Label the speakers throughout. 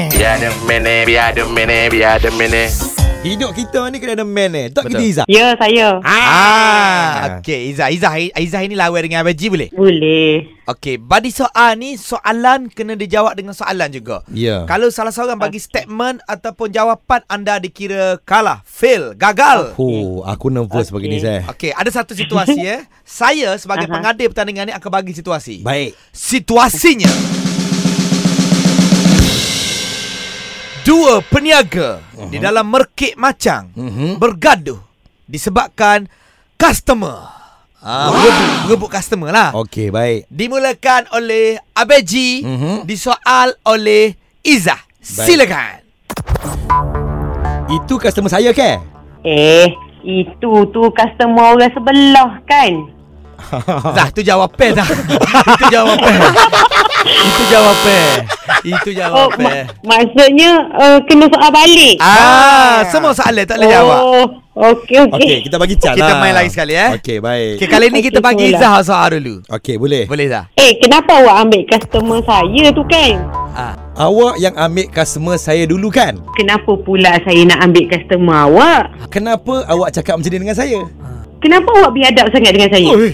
Speaker 1: Biar ada mene, biar ada mene, biar ada mene.
Speaker 2: Hidup kita ni kena ada man eh. Tak kita
Speaker 3: Betul.
Speaker 2: Izzah.
Speaker 4: Ya, saya.
Speaker 3: Ah, okey Izzah, Izzah, hari- Izzah ini lawan dengan Abang G boleh?
Speaker 4: Boleh.
Speaker 3: Okey, bagi soal ni soalan kena dijawab dengan soalan juga.
Speaker 2: Ya.
Speaker 3: Kalau salah seorang bagi statement ataupun jawapan anda dikira kalah, fail, gagal.
Speaker 2: Oh, aku nervous pagi ni
Speaker 4: Okey.
Speaker 2: saya.
Speaker 3: Okey, ada satu situasi eh. Saya sebagai
Speaker 4: Aha.
Speaker 3: pengadil pertandingan ni akan bagi situasi.
Speaker 2: Baik.
Speaker 3: Situasinya Dua peniaga uh-huh. di dalam merkik macang
Speaker 2: Mhm.
Speaker 3: uh-huh. bergaduh disebabkan customer. Ah, berebut, berebut customer lah.
Speaker 2: Okey, baik.
Speaker 3: Dimulakan oleh Abeji,
Speaker 2: Mhm.
Speaker 3: uh-huh. disoal oleh Izzah.
Speaker 2: Baik.
Speaker 3: Silakan.
Speaker 2: Itu customer saya ke?
Speaker 4: Eh, itu tu customer orang sebelah kan?
Speaker 3: Dah tu jawapan dah. Itu jawapan. Itu jawapan. Itu
Speaker 4: Oh,
Speaker 3: jawapan.
Speaker 4: ma- maksudnya uh, kena soal balik.
Speaker 3: Ah, semua soalan tak boleh jawab.
Speaker 4: Oh, okey okey.
Speaker 2: Okey, kita bagi chance lah.
Speaker 3: Kita main lagi sekali, eh.
Speaker 2: Okey, baik.
Speaker 3: Okay, kali ni kita
Speaker 4: Okey,
Speaker 3: bagi
Speaker 4: boleh.
Speaker 3: Izzah soal dulu.
Speaker 2: Okey, boleh.
Speaker 3: Boleh tak?
Speaker 4: Eh, kenapa awak ambil customer saya tu kan?
Speaker 2: Awak yang ambil customer saya dulu kan?
Speaker 4: Kenapa pula saya nak ambil customer awak?
Speaker 2: Kenapa awak cakap macam ni dengan saya?
Speaker 4: Kenapa awak biadab sangat dengan saya?
Speaker 3: Oi.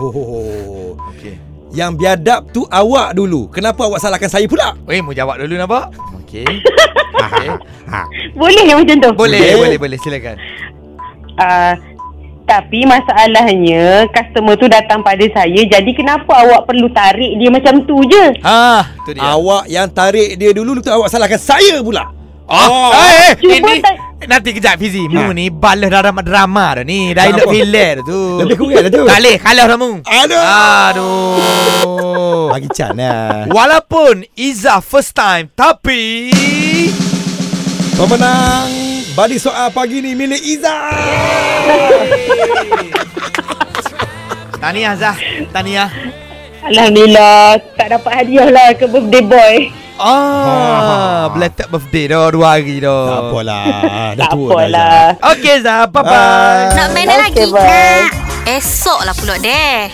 Speaker 2: Oh.
Speaker 3: Okey.
Speaker 2: Yang biadab tu awak dulu. Kenapa awak salahkan saya pula?
Speaker 3: Weh, mau jawab dulu nampak? Okey. Okey.
Speaker 4: Boleh ke macam tu?
Speaker 3: Boleh,
Speaker 2: Boleh.
Speaker 3: boleh, boleh. Silakan.
Speaker 4: Ah, tapi masalahnya customer tu datang pada saya jadi kenapa awak perlu tarik dia macam tu je?
Speaker 3: Ha, tu dia.
Speaker 2: Awak yang tarik dia dulu lepas tu awak salahkan saya pula.
Speaker 3: Oh, eh, eh,
Speaker 4: Cuba
Speaker 3: ini
Speaker 4: tak-
Speaker 3: nanti kejap Fizi.
Speaker 2: Ha.
Speaker 3: Mu ni balas drama-drama dah ni. Dialog
Speaker 2: Apa?
Speaker 3: filler tu.
Speaker 2: Lebih kurang lah tu.
Speaker 3: Tak boleh kalah dah mu.
Speaker 2: Aduh.
Speaker 3: Aduh.
Speaker 2: Bagi chance lah.
Speaker 3: Walaupun Izzah first time tapi
Speaker 2: Pemenang Badi soal pagi ni milik Izzah.
Speaker 3: Tahniah Zah, tahniah.
Speaker 4: Alhamdulillah tak dapat hadiah lah ke birthday boy.
Speaker 3: Ah, belated birthday dah dua hari dah.
Speaker 2: Ha, Tak apalah. Dah
Speaker 4: Oh. tak
Speaker 2: tua
Speaker 4: apalah.
Speaker 3: Okay Zah, bye bye.
Speaker 2: Bye.
Speaker 5: Nak main dah
Speaker 4: Okey,
Speaker 5: lagi
Speaker 4: bye.
Speaker 5: ke? Esok lah pula deh.